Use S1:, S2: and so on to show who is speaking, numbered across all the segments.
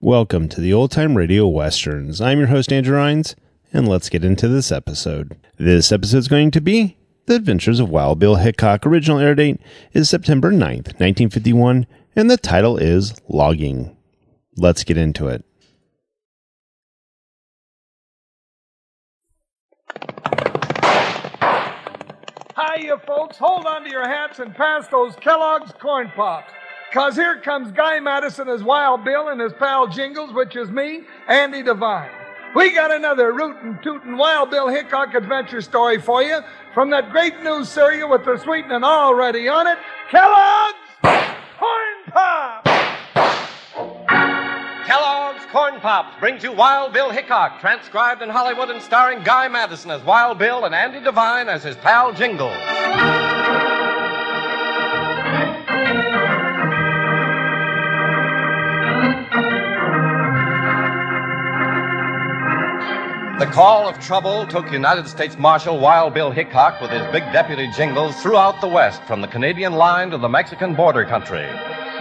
S1: Welcome to the Old Time Radio Westerns. I'm your host, Andrew Rhines, and let's get into this episode. This episode is going to be The Adventures of Wild Bill Hickok. Original air date is September 9th, 1951, and the title is Logging. Let's get into it.
S2: Hi, you folks. Hold on to your hats and pass those Kellogg's corn pops. Cause here comes Guy Madison as Wild Bill and his pal Jingles, which is me, Andy Devine. We got another rootin' tootin' Wild Bill Hickok adventure story for you from that great new cereal with the sweetening already on it, Kellogg's Corn Pops!
S3: Kellogg's Corn Pops brings you Wild Bill Hickok, transcribed in Hollywood and starring Guy Madison as Wild Bill and Andy Devine as his pal Jingle. The call of trouble took United States Marshal Wild Bill Hickok with his big deputy jingles throughout the West, from the Canadian line to the Mexican border country.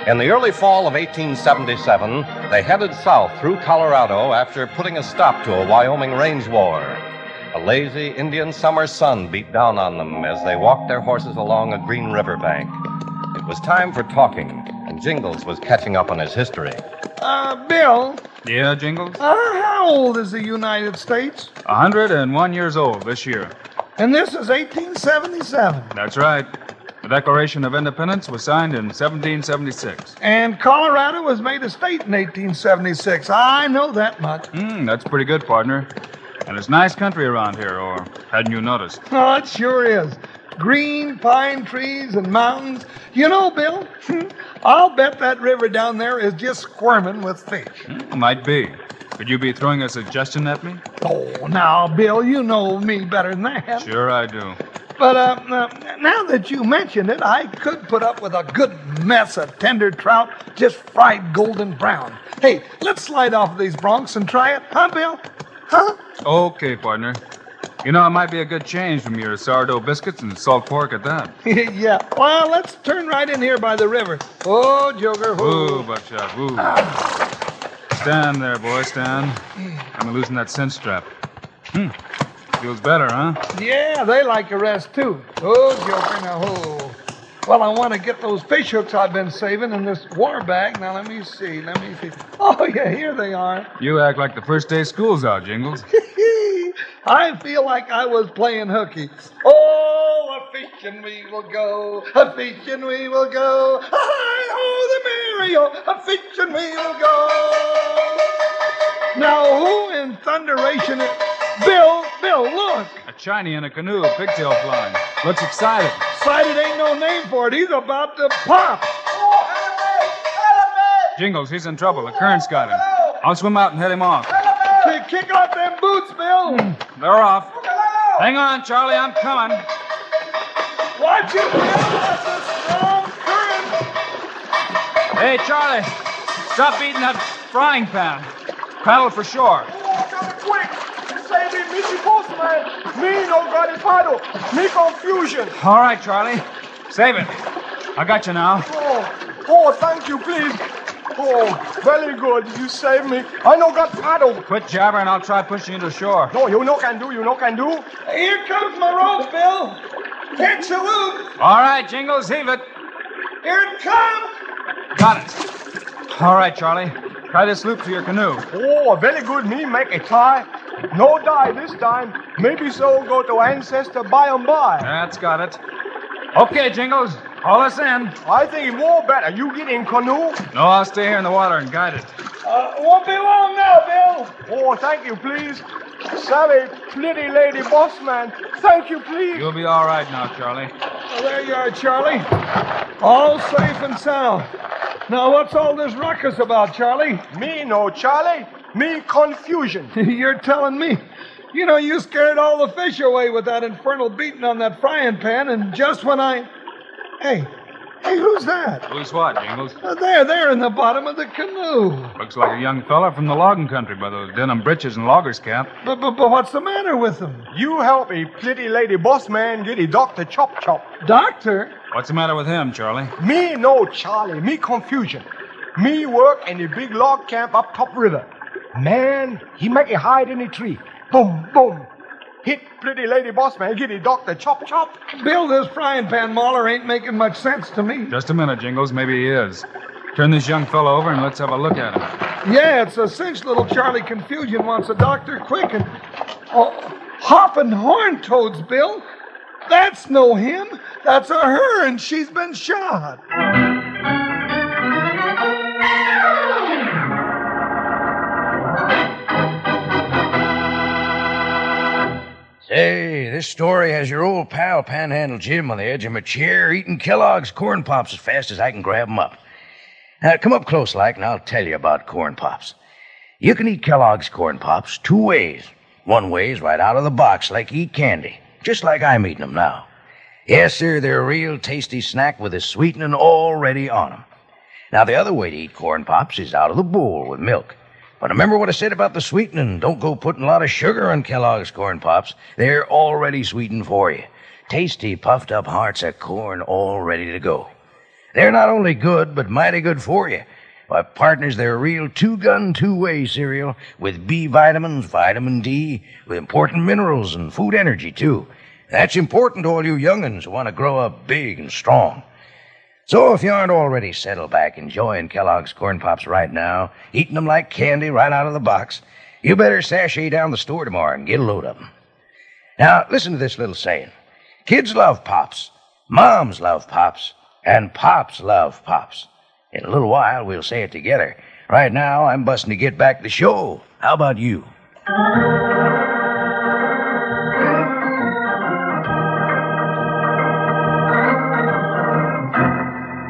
S3: In the early fall of 1877, they headed south through Colorado after putting a stop to a Wyoming range war. A lazy Indian summer sun beat down on them as they walked their horses along a green riverbank. It was time for talking, and Jingles was catching up on his history.
S2: Uh, Bill,
S4: Yeah, Jingles?
S2: uh, how old is the United States?
S4: 101 years old this year.
S2: And this is 1877.
S4: That's right. The Declaration of Independence was signed in 1776.
S2: And Colorado was made a state in 1876. I know that much.
S4: Hmm, that's pretty good, partner. And it's nice country around here, or hadn't you noticed?
S2: Oh, it sure is. Green pine trees and mountains. You know, Bill, I'll bet that river down there is just squirming with fish.
S4: Hmm, might be. Could you be throwing a suggestion at me?
S2: Oh, now, Bill, you know me better than that.
S4: Sure, I do.
S2: But uh, uh, now that you mentioned it, I could put up with a good mess of tender trout just fried golden brown. Hey, let's slide off of these Bronx and try it, huh, Bill? Huh?
S4: Okay, partner. You know, it might be a good change from your sourdough biscuits and salt pork at that.
S2: yeah. Well, let's turn right in here by the river. Oh, Joker,
S4: Woo,
S2: who?
S4: buckshot, woo. Stand there, boy, stand. I'm loosen that cinch strap. Hmm. Feels better, huh?
S2: Yeah, they like a rest too. Oh, Joker, now who? Well, I want to get those fish hooks I've been saving in this war bag. Now let me see. Let me see. Oh yeah, here they are.
S4: You act like the first day school's out, Jingles.
S2: I feel like I was playing hooky. Oh, a fishing we will go, a fishing we will go. Hi, oh, the merry oh, a fishing we will go. Now, who in thunderation is Bill? Bill, look,
S4: A Chinese in a canoe, pigtail flying. Looks excited.
S2: Sighted ain't no name for it. He's about to pop.
S4: Jingles, he's in trouble. The current's got him. I'll swim out and head him off.
S2: Say, Kick off them boots, Bill.
S4: Hmm. They're off. Hang on, Charlie, I'm coming.
S2: Watch it, Bill. That's a strong current.
S4: Hey, Charlie, stop eating that frying pan. Paddle for shore.
S2: Come quick. Save me, Missy Postman. Me no got it paddle. Me confusion.
S4: All right, Charlie, save it. I got you now.
S2: Oh, oh, thank you, please. Oh, very good. You saved me. I no got paddle.
S4: Quit jabbering, I'll try pushing you to shore.
S2: No, you no can do. You no can do. Here comes my rope, Bill. Can't salute.
S4: All right, Jingles, heave it.
S2: Here it comes.
S4: Got it. All right, Charlie, try this loop to your canoe.
S2: Oh, very good. Me make a tie. No die this time. Maybe so go to ancestor by and by.
S4: That's got it. Okay, Jingles, haul us in.
S2: I think more better. You get in canoe.
S4: No, I'll stay here in the water and guide it.
S2: Uh, won't be long now, Bill. Oh, thank you, please. Sally, pretty lady boss man. Thank you, please.
S4: You'll be all right now, Charlie.
S2: Well, there you are, Charlie. All safe and sound. Now, what's all this ruckus about, Charlie? Me no, Charlie. Me confusion. You're telling me. You know, you scared all the fish away with that infernal beating on that frying pan, and just when I. Hey, hey, who's that?
S4: Who's what, Jingles?
S2: Uh, there, there in the bottom of the canoe.
S4: Looks like a young fella from the logging country by those denim breeches and loggers cap.
S2: But, but, but what's the matter with them?
S5: You help me, pretty lady boss man, get a doctor chop chop.
S2: Doctor?
S4: What's the matter with him, Charlie?
S5: Me no, Charlie, me confusion. Me work in the big log camp up top river. Man, he make a hide in a tree. Boom, boom. Hit pretty lady boss man, get a doctor chop chop.
S2: Bill, this frying pan mauler ain't making much sense to me.
S4: Just a minute, Jingles. Maybe he is. Turn this young fellow over and let's have a look at him.
S2: Yeah, it's a cinch little Charlie Confusion wants a doctor quick and. Oh, hopping horn toads, Bill. That's no him. That's a her, and she's been shot.
S6: Say, this story has your old pal Panhandle Jim on the edge of a chair eating Kellogg's corn pops as fast as I can grab 'em up. Now, come up close like, and I'll tell you about corn pops. You can eat Kellogg's corn pops two ways. One way is right out of the box, like you eat candy, just like I'm eating 'em now. Yes, sir, they're a real tasty snack with a sweetening already on 'em. Now, the other way to eat corn pops is out of the bowl with milk. But remember what I said about the sweetening. Don't go putting a lot of sugar on Kellogg's corn pops. They're already sweetened for you. Tasty, puffed up hearts of corn all ready to go. They're not only good, but mighty good for you. Why, partners, they're a real two gun, two way cereal with B vitamins, vitamin D, with important minerals and food energy, too. That's important to all you young'uns who want to grow up big and strong. So if you aren't already settled back enjoying Kellogg's Corn Pops right now, eating them like candy right out of the box, you better sashay down the store tomorrow and get a load of them. Now, listen to this little saying. Kids love Pops, moms love Pops, and Pops love Pops. In a little while, we'll say it together. Right now, I'm busting to get back to the show. How about you?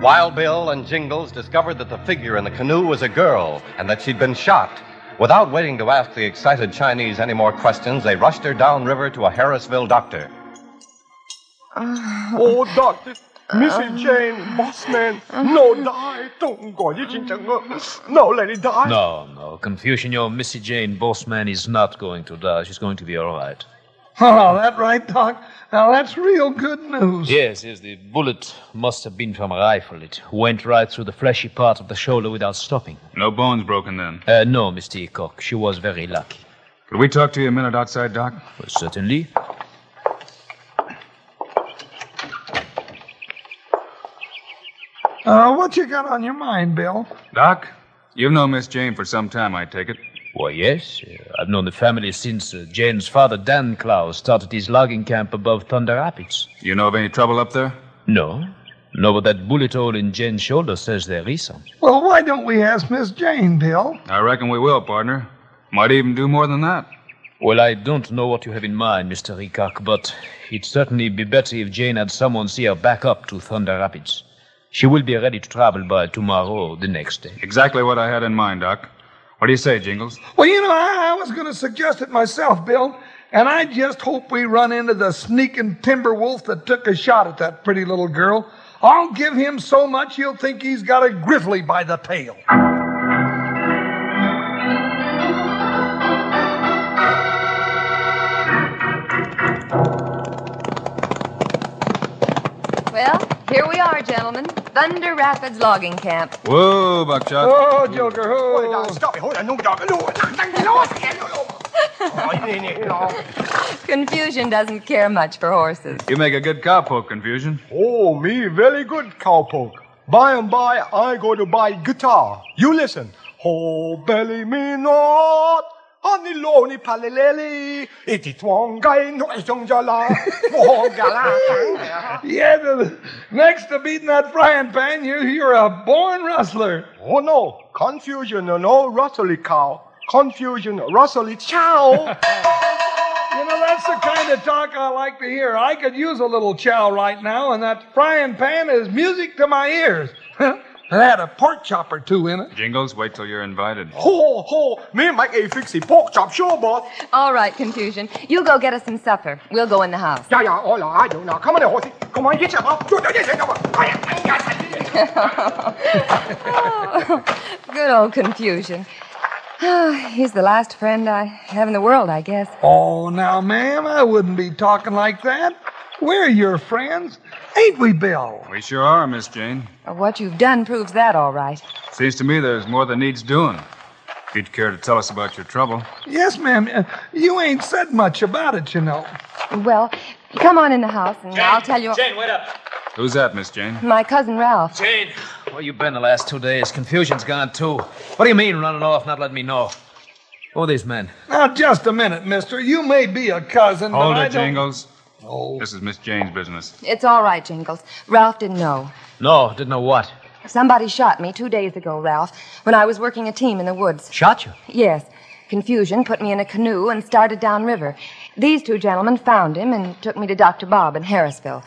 S3: Wild Bill and Jingles discovered that the figure in the canoe was a girl and that she'd been shot. Without waiting to ask the excited Chinese any more questions, they rushed her downriver to a Harrisville doctor.
S5: Oh, doctor, Missy Jane, boss man, no die, don't go, you ching chang, uh, no lady die.
S7: No, no. Confusion, your Missy Jane Bossman is not going to die. She's going to be all right.
S2: Oh, that right, Doc? Now, that's real good news.
S7: Yes, yes. The bullet must have been from a rifle. It went right through the fleshy part of the shoulder without stopping.
S4: No bones broken then.
S7: Uh, no, Mr. Hickok. She was very lucky.
S4: Could we talk to you a minute outside, Doc?
S7: Well, certainly.
S2: Uh, what you got on your mind, Bill?
S4: Doc, you've known Miss Jane for some time, I take it.
S7: Why, yes. uh, I've known the family since uh, Jane's father, Dan Klaus, started his logging camp above Thunder Rapids.
S4: You know of any trouble up there?
S7: No. No, but that bullet hole in Jane's shoulder says there is some.
S2: Well, why don't we ask Miss Jane, Bill?
S4: I reckon we will, partner. Might even do more than that.
S7: Well, I don't know what you have in mind, Mr. Hickok, but it'd certainly be better if Jane had someone see her back up to Thunder Rapids. She will be ready to travel by tomorrow or the next day.
S4: Exactly what I had in mind, Doc. What do you say, Jingles?
S2: Well, you know, I, I was going to suggest it myself, Bill. And I just hope we run into the sneaking timber wolf that took a shot at that pretty little girl. I'll give him so much he'll think he's got a grizzly by the tail.
S8: Well, here we are, gentlemen. Thunder Rapids Logging Camp.
S4: Whoa, Buckshot.
S2: Oh, Joker,
S5: Hold on,
S2: oh.
S5: stop it, hold on, no dog, no, no, no, no. Oh, nee, nee, no.
S8: Confusion doesn't care much for horses.
S4: You make a good cowpoke, Confusion.
S5: Oh, me very good cowpoke. By and by, I go to buy guitar. You listen. Oh, belly me not, Honey lonely palelele, iti twongai no isongjala, wongala.
S2: Yeah, the, next to beating that frying pan, you, you're a born rustler.
S5: Oh no, confusion no rustly cow, confusion rustly chow.
S2: You know, that's the kind of talk I like to hear. I could use a little chow right now, and that frying pan is music to my ears. it had a pork chop or two in it.
S4: Jingles, wait till you're invited.
S5: ho ho, me make a fixie pork chop sure boss.
S8: All right, confusion. You go get us some supper. We'll go in the house.
S5: Yeah yeah, all I do now. Come on, horsey. Come on, get your up.
S8: Good old confusion. He's the last friend I have in the world, I guess.
S2: Oh, now, ma'am, I wouldn't be talking like that. We're your friends. Ain't we, Bill?
S4: We sure are, Miss Jane.
S8: What you've done proves that all right.
S4: Seems to me there's more that needs doing. If you'd care to tell us about your trouble.
S2: Yes, ma'am. Uh, You ain't said much about it, you know.
S8: Well, come on in the house and I'll tell you.
S9: Jane, wait up.
S4: Who's that, Miss Jane?
S8: My cousin Ralph.
S9: Jane, where you been the last two days? Confusion's gone too. What do you mean running off, not letting me know? Who are these men?
S2: Now, just a minute, mister. You may be a cousin,
S4: Hold
S2: but I
S4: it,
S2: don't...
S4: Jingles. This is Miss Jane's business.
S8: It's all right, Jingles. Ralph didn't know.
S9: No, didn't know what.
S8: Somebody shot me two days ago, Ralph, when I was working a team in the woods.
S9: Shot you.
S8: Yes. Confusion put me in a canoe and started downriver. These two gentlemen found him and took me to Dr. Bob in Harrisville.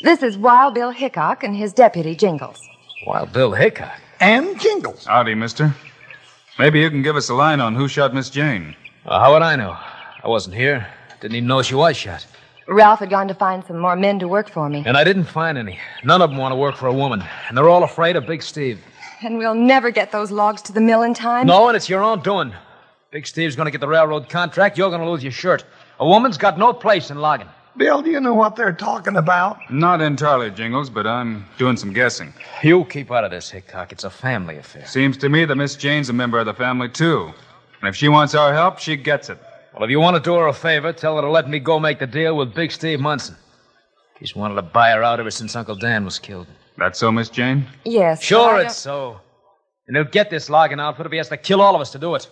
S8: This is Wild Bill Hickok and his deputy, Jingles.
S9: Wild Bill Hickok.
S2: And Jingles.
S4: Howdy, mister. Maybe you can give us a line on who shot Miss Jane.
S9: Well, Uh, how would I know? I wasn't here. Didn't even know she was shot.
S8: Ralph had gone to find some more men to work for me,
S9: And I didn't find any. None of them want to work for a woman. And they're all afraid of Big Steve.
S8: and we'll never get those logs to the mill in time.
S9: No, and it's your own doing. Big Steve's going to get the railroad contract. You're going to lose your shirt. A woman's got no place in logging.
S2: Bill, do you know what they're talking about?
S4: Not entirely, Jingles, but I'm doing some guessing.
S9: You keep out of this, Hickok. It's a family affair.
S4: Seems to me that Miss Jane's a member of the family, too. And if she wants our help, she gets it.
S9: Well, if you want to do her a favor, tell her to let me go make the deal with Big Steve Munson. He's wanted to buy her out ever since Uncle Dan was killed.
S4: That so, Miss Jane?
S8: Yes. but I
S9: Sure,
S8: don't-
S9: it's so. And he'll get this logging outfit if he has to kill all of us to do it.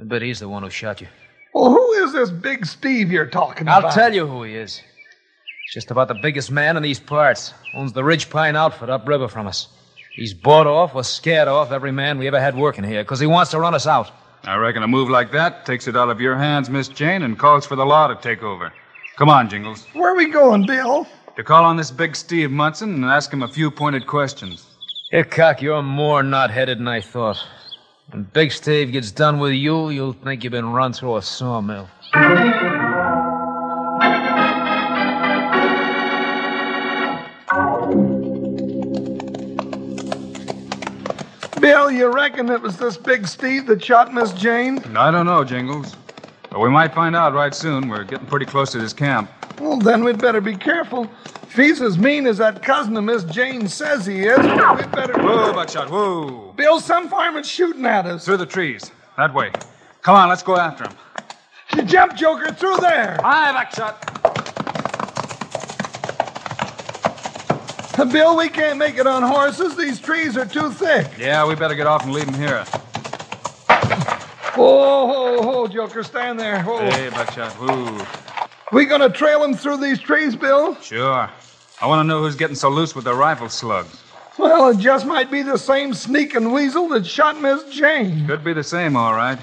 S9: I bet he's the one who shot you.
S2: Well, who is this big Steve you're talking about?
S9: I'll tell you who he is. He's just about the biggest man in these parts. Owns the Ridge Pine outfit upriver from us. He's bought off or scared off every man we ever had working here because he wants to run us out.
S4: I reckon a move like that takes it out of your hands, Miss Jane, and calls for the law to take over. Come on, Jingles.
S2: Where are we going, Bill?
S4: To call on this big Steve Munson and ask him a few pointed questions.
S9: Hickok, you're more knot-headed than I thought. When Big Steve gets done with you, you'll think you've been run through a sawmill.
S2: Bill, you reckon it was this big Steve that shot Miss Jane?
S4: I don't know, Jingles. But we might find out right soon. We're getting pretty close to this camp.
S2: Well, then we'd better be careful. If he's as mean as that cousin of Miss Jane says he is, we'd better.
S4: Whoa, Buckshot, whoa!
S2: Bill, some fireman's shooting at us.
S4: Through the trees. That way. Come on, let's go after him.
S2: You jump, Joker, through there.
S4: Aye, Buckshot!
S2: Bill, we can't make it on horses. These trees are too thick.
S4: Yeah, we better get off and leave him here.
S2: Oh, ho, ho, Joker, stand there. Ho.
S4: Hey, Buckshot, whoa.
S2: We gonna trail him through these trees, Bill?
S4: Sure. I want to know who's getting so loose with the rifle slugs.
S2: Well, it just might be the same sneaking weasel that shot Miss Jane.
S4: Could be the same, all right.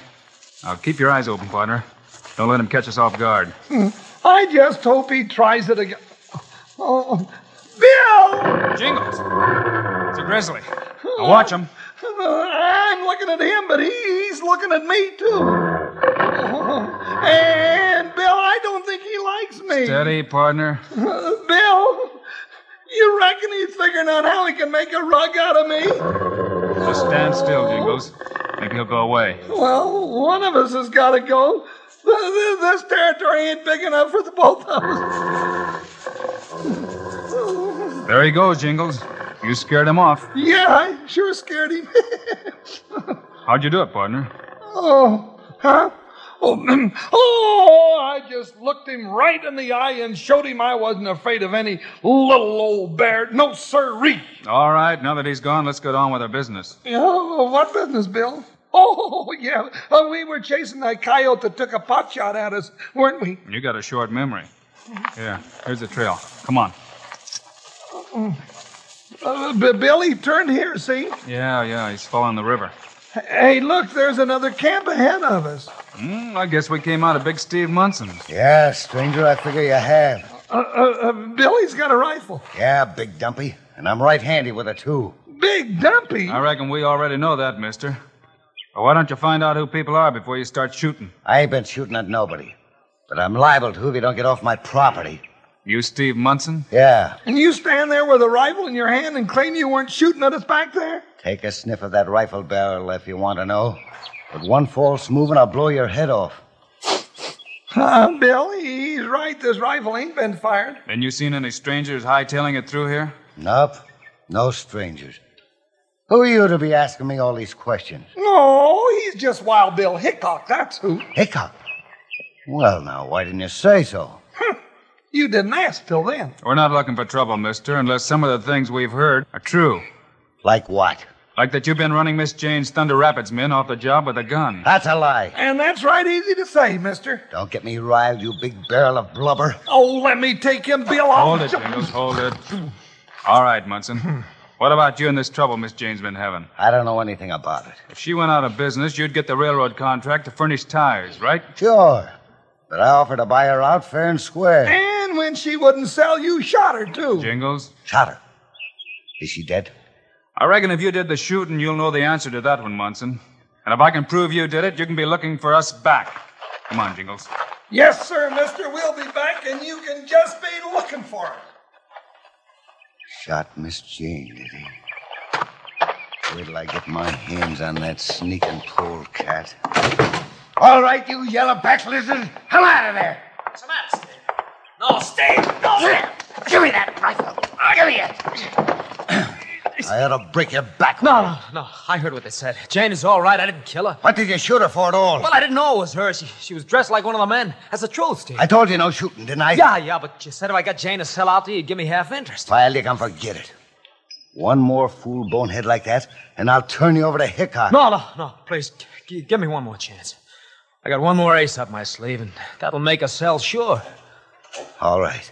S4: Now keep your eyes open, partner. Don't let him catch us off guard.
S2: I just hope he tries it again. Oh, Bill!
S4: Jingles! It's a grizzly. Now watch him.
S2: I'm looking at him, but he, he's looking at me, too. And, Bill, I don't think he likes me.
S4: Steady, partner.
S2: Bill, you reckon he's figuring out how he can make a rug out of me?
S4: Just stand still, Jingles. Maybe he'll go away.
S2: Well, one of us has got to go. Th- th- This territory ain't big enough for the both of us.
S4: There he goes, Jingles. You scared him off.
S2: Yeah, I sure scared him.
S4: How'd you do it, partner?
S2: oh, huh? Oh, oh, I just looked him right in the eye and showed him I wasn't afraid of any little old bear. No, sirree.
S4: All right, now that he's gone, let's get on with our business.
S2: Yeah, what business, Bill? Oh, yeah. Uh, we were chasing that coyote that took a pot shot at us, weren't we?
S4: You got a short memory. Here, here's the trail. Come on.
S2: Uh, B- Billy, turn here, see?
S4: Yeah, yeah, he's following the river.
S2: Hey, look, there's another camp ahead of us.
S4: Hmm, I guess we came out of Big Steve Munson's.
S10: Yeah, stranger, I figure you have.
S2: Uh, uh, uh, Billy's got a rifle.
S10: Yeah, big dumpy. And I'm right handy with it, too.
S2: Big Dumpy.
S4: I reckon we already know that, mister. But why don't you find out who people are before you start shooting?
S10: I ain't been shooting at nobody. But I'm liable to if you don't get off my property.
S4: You Steve Munson?
S10: Yeah,
S2: And you stand there with a rifle in your hand and claim you weren't shooting at us back there?
S10: take a sniff of that rifle barrel if you want to know. But one false move and I'll blow your head off.
S2: Uh, Billy, he's right. This rifle ain't been fired.
S4: Then you seen any strangers hightailing it through here?
S10: Nope, no strangers. Who are you to be asking me all these questions?
S2: No, he's just Wild Bill Hickok, that's who.
S10: Hickok. Well, now, why didn't you say so?
S2: You didn't ask till then.
S4: We're not looking for trouble, mister, unless some of the things we've heard are true.
S10: Like what?
S4: Like that you've been running Miss Jane's Thunder Rapids men off the job with a gun.
S10: That's a lie.
S2: And that's right easy to say, mister.
S10: Don't get me riled, you big barrel of blubber.
S2: Oh, let me take him, Bill. I'll
S4: Hold it,
S2: ju-
S4: Jingles, hold it. All right, Munson. What about you and this trouble Miss Jane's been having?
S10: I don't know anything about it.
S4: If she went out of business, you'd get the railroad contract to furnish tires, right?
S10: Sure. But I offered to buy her out fair and square.
S2: And when she wouldn't sell, you shot her, too.
S4: Jingles?
S10: Shot her. Is she dead?
S4: I reckon if you did the shooting, you'll know the answer to that one, Munson. And if I can prove you did it, you can be looking for us back. Come on, Jingles.
S2: Yes, sir, mister. We'll be back, and you can just be looking for it.
S10: Shot Miss Jane, did he? Wait till I get my hands on that sneaking polecat.
S5: All right, you yellow back lizard. Come out of there.
S9: What's the matter, Steve? No, Steve! No, Steve! Give me that rifle! Give me it!
S10: I ought to break your back.
S9: No, no, no. I heard what they said. Jane is all right. I didn't kill her.
S10: What did you shoot her for at all?
S9: Well, I didn't know it was her. She, she was dressed like one of the men. That's the truth, Steve.
S10: I told you no shooting, didn't I?
S9: Yeah, yeah, but you said if I got Jane to sell out to you, you'd give me half interest.
S10: Well, you can forget it. One more fool bonehead like that, and I'll turn you over to Hickok.
S9: No, no, no. Please, g- give me one more chance. I got one more ace up my sleeve, and that'll make a sell sure.
S10: All right.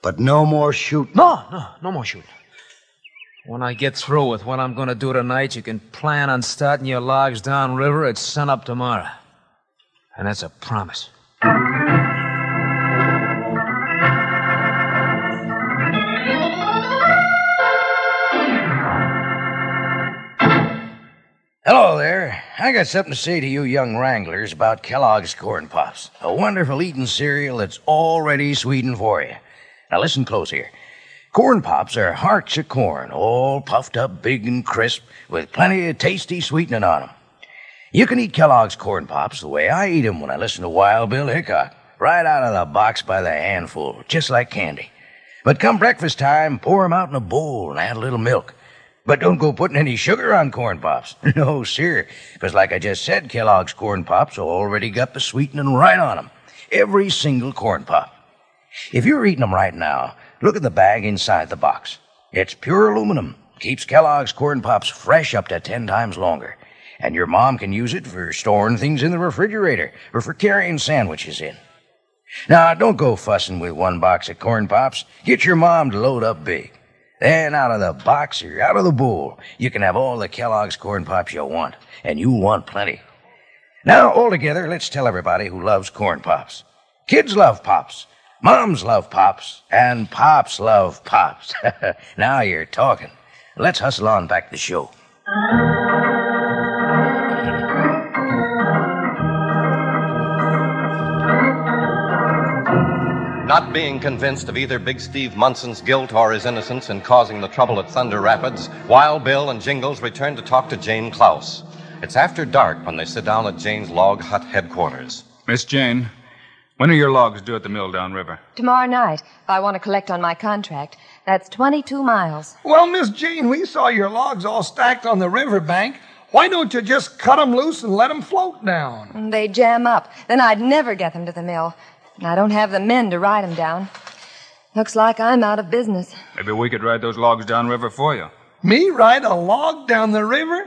S10: But no more shooting.
S9: No, no, no more shooting. When I get through with what I'm going to do tonight, you can plan on starting your logs downriver at sunup tomorrow. And that's a promise.
S6: Hello there. I got something to say to you young wranglers about Kellogg's Corn Pops, a wonderful eating cereal that's already sweetened for you. Now listen close here. Corn Pops are hearts of corn, all puffed up big and crisp, with plenty of tasty sweetening on 'em. You can eat Kellogg's Corn Pops the way I eat 'em when I listen to Wild Bill Hickok, right out of the box by the handful, just like candy. But come breakfast time, pour 'em out in a bowl and add a little milk. But don't go putting any sugar on corn pops. No, sir. Because, like I just said, Kellogg's corn pops already got the sweetening right on 'em. Every single corn pop. If you're eating 'em right now, look at the bag inside the box. It's pure aluminum. Keeps Kellogg's corn pops fresh up to 10 times longer. And your mom can use it for storing things in the refrigerator or for carrying sandwiches in. Now, don't go fussing with one box of corn pops. Get your mom to load up big. Then, out of the box or out of the bowl, you can have all the Kellogg's corn pops you want, and you want plenty. Now, all together, let's tell everybody who loves corn pops. Kids love pops, moms love pops, and pops love pops. now you're talking. Let's hustle on back to the show.
S3: Not being convinced of either Big Steve Munson's guilt or his innocence in causing the trouble at Thunder Rapids, Wild Bill and Jingles return to talk to Jane Klaus. It's after dark when they sit down at Jane's log hut headquarters.
S4: Miss Jane, when are your logs due at the mill downriver?
S8: Tomorrow night, if I want to collect on my contract, that's 22 miles.
S2: Well, Miss Jane, we saw your logs all stacked on the riverbank. Why don't you just cut 'em loose and let 'em float down?
S8: And They jam up. Then I'd never get them to the mill. And I don't have the men to ride them down. Looks like I'm out of business.
S4: Maybe we could ride those logs downriver for you.
S2: Me ride a log down the river?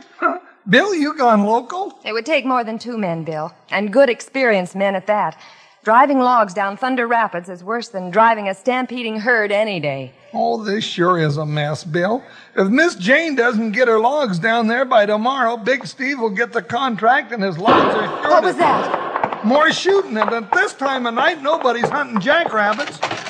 S2: Bill, you gone local?
S8: It would take more than two men, Bill, and good experienced men at that. Driving logs down Thunder Rapids is worse than driving a stampeding herd any day.
S2: Oh, this sure is a mess, Bill. If Miss Jane doesn't get her logs down there by tomorrow, Big Steve will get the contract and his logs are shorted.
S8: What was that?
S2: More shooting, and at this time of night, nobody's hunting jackrabbits.
S5: Help,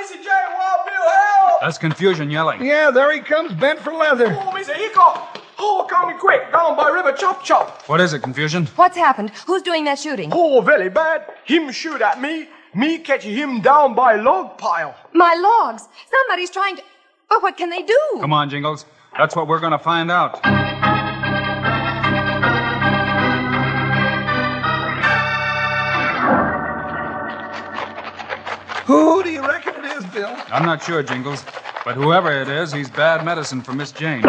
S5: Mr. J. Wild Bill, help!
S4: That's confusion yelling.
S2: Yeah, there he comes, bent for leather.
S5: Oh, Mr. Hickok! Oh, coming quick! Down by river, chop chop!
S4: What is it, confusion?
S8: What's happened? Who's doing that shooting?
S5: Oh, very bad. Him shoot at me. Me catch him down by log pile.
S8: My logs! Somebody's trying to. But what can they do?
S4: Come on, Jingles. That's what we're going to find out.
S2: Who do you reckon it is, Bill?
S4: I'm not sure, Jingles, but whoever it is, he's bad medicine for Miss Jane.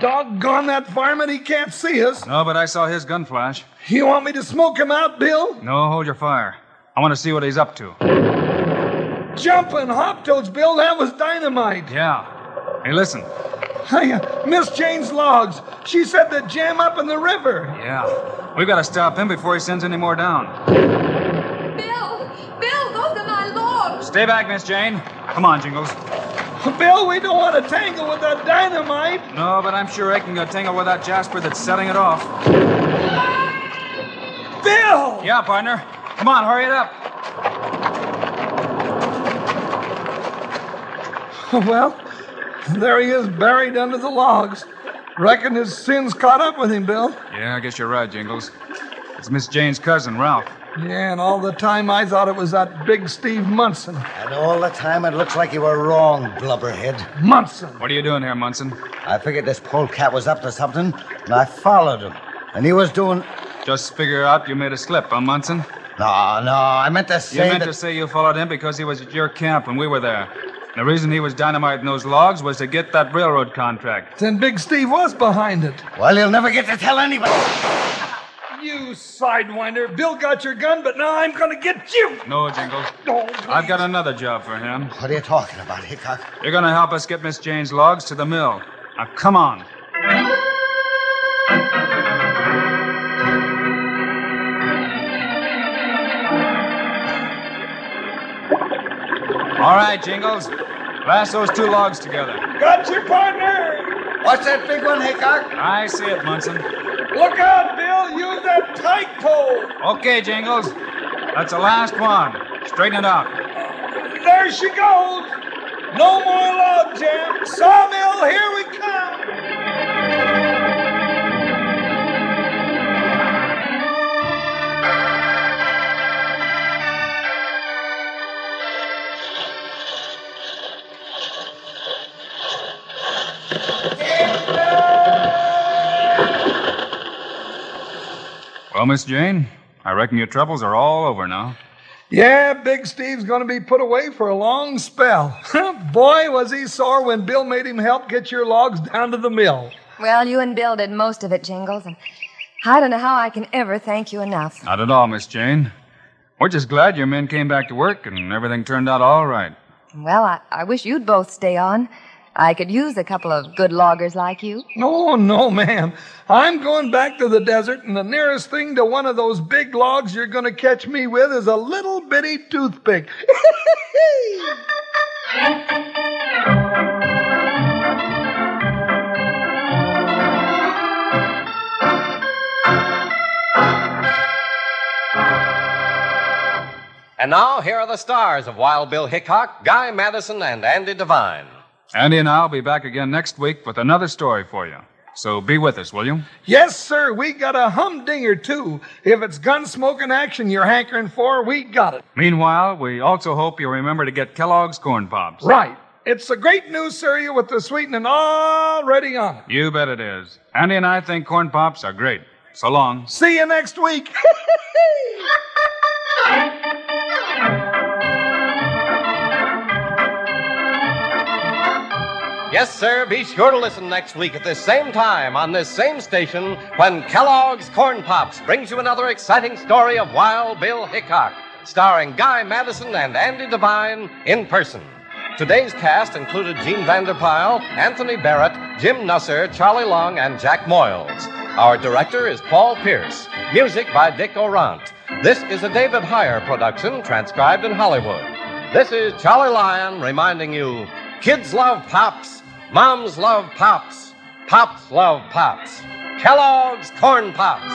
S2: Doggone that varmint, he can't see us.
S4: No, but I saw his gun flash.
S2: You want me to smoke him out, Bill?
S4: No, hold your fire. I want to see what he's up to.
S2: Jumping hop toads, Bill, that was dynamite.
S4: Yeah. Hey, listen.
S2: Hiya, Miss Jane's logs. She said to jam up in the river.
S4: Yeah. We've got to stop him before he sends any more down.
S8: Bill! Bill, those are my logs!
S4: Stay back, Miss Jane. Come on, Jingles.
S2: Bill, we don't want to tangle with that dynamite.
S4: No, but I'm sure I can go tangle with that Jasper that's setting it off.
S2: Bill!
S4: Yeah, partner. Come on, hurry it up.
S2: Well, there he is, buried under the logs. Reckon his sins caught up with him, Bill.
S4: Yeah, I guess you're right, Jingles. It's Miss Jane's cousin, Ralph.
S2: Yeah, and all the time I thought it was that big Steve Munson.
S10: And all the time it looks like you were wrong, blubberhead.
S2: Munson!
S4: What are you doing here, Munson?
S10: I figured this polecat was up to something, and I followed him. And he was doing.
S4: Just figure out you made a slip, huh, Munson?
S10: No, no, I meant to
S4: You
S10: say
S4: meant
S10: that.
S4: to say you followed him because he was at your camp when we were there. And the reason he was dynamiting those logs was to get that railroad contract.
S2: Then Big Steve was behind it.
S10: Well, you'll never get to tell anybody.
S2: You sidewinder. Bill got your gun, but now I'm going to get you.
S4: No, Jingles.
S2: Oh,
S4: I've got another job for him.
S10: What are you talking about, Hickok?
S4: You're going to help us get Miss Jane's logs to the mill. Now, come on. All right, Jingles. Lasso those two logs together.
S2: got your partner.
S10: What's that big one, Hickok?
S4: I see it, Munson.
S2: Look out, Bill. Use that tight pole.
S4: Okay, Jingles. That's the last one. Straighten it out.
S2: There she goes. No more log jam. Sawmill, here we come.
S4: Well, Miss Jane, I reckon your troubles are all over now.
S2: Yeah, Big Steve's going to be put away for a long spell. Boy, was he sore when Bill made him help get your logs down to the mill.
S8: Well, you and Bill did most of it, Jingles, and I don't know how I can ever thank you enough.
S4: Not at all, Miss Jane. We're just glad your men came back to work and everything turned out all right.
S8: Well, I, I wish you'd both stay on. I could use a couple of good loggers like you.
S2: No, Oh, no, ma'am. I'm going back to the desert, and the nearest thing to one of those big logs you're going to catch me with is a little bitty toothpick.
S3: And now, here are the stars of Wild Bill Hickok, Guy Madison, and Andy Devine.
S4: Andy and I'll be back again next week with another story for you. So be with us, will you?
S2: yes, sir, we got a humdinger, too. If it's gun smoking action you're hankering for, we got it.
S4: Meanwhile, we also hope you'll remember to get Kellogg's Corn Pops.
S2: Right. It's the great news cereal with the sweetening already on it.
S4: You bet it is. Andy and I think Corn Pops are great. So long.
S2: See you next week.
S3: Yes, sir, be sure to listen next week at this same time on this same station when Kellogg's Corn Pops brings you another exciting story of Wild Bill Hickok, starring Guy Madison and Andy Devine in person. Today's cast included Gene Vanderpyle, Anthony Barrett, Jim Nusser, Charlie Long, and Jack Moyles. Our director is Paul Pierce. Music by Dick Orant. This is a David Heyer production transcribed in Hollywood. This is Charlie Lyon reminding you kids love pops, moms love pops, pops love pops. Kellogg's Corn Pops.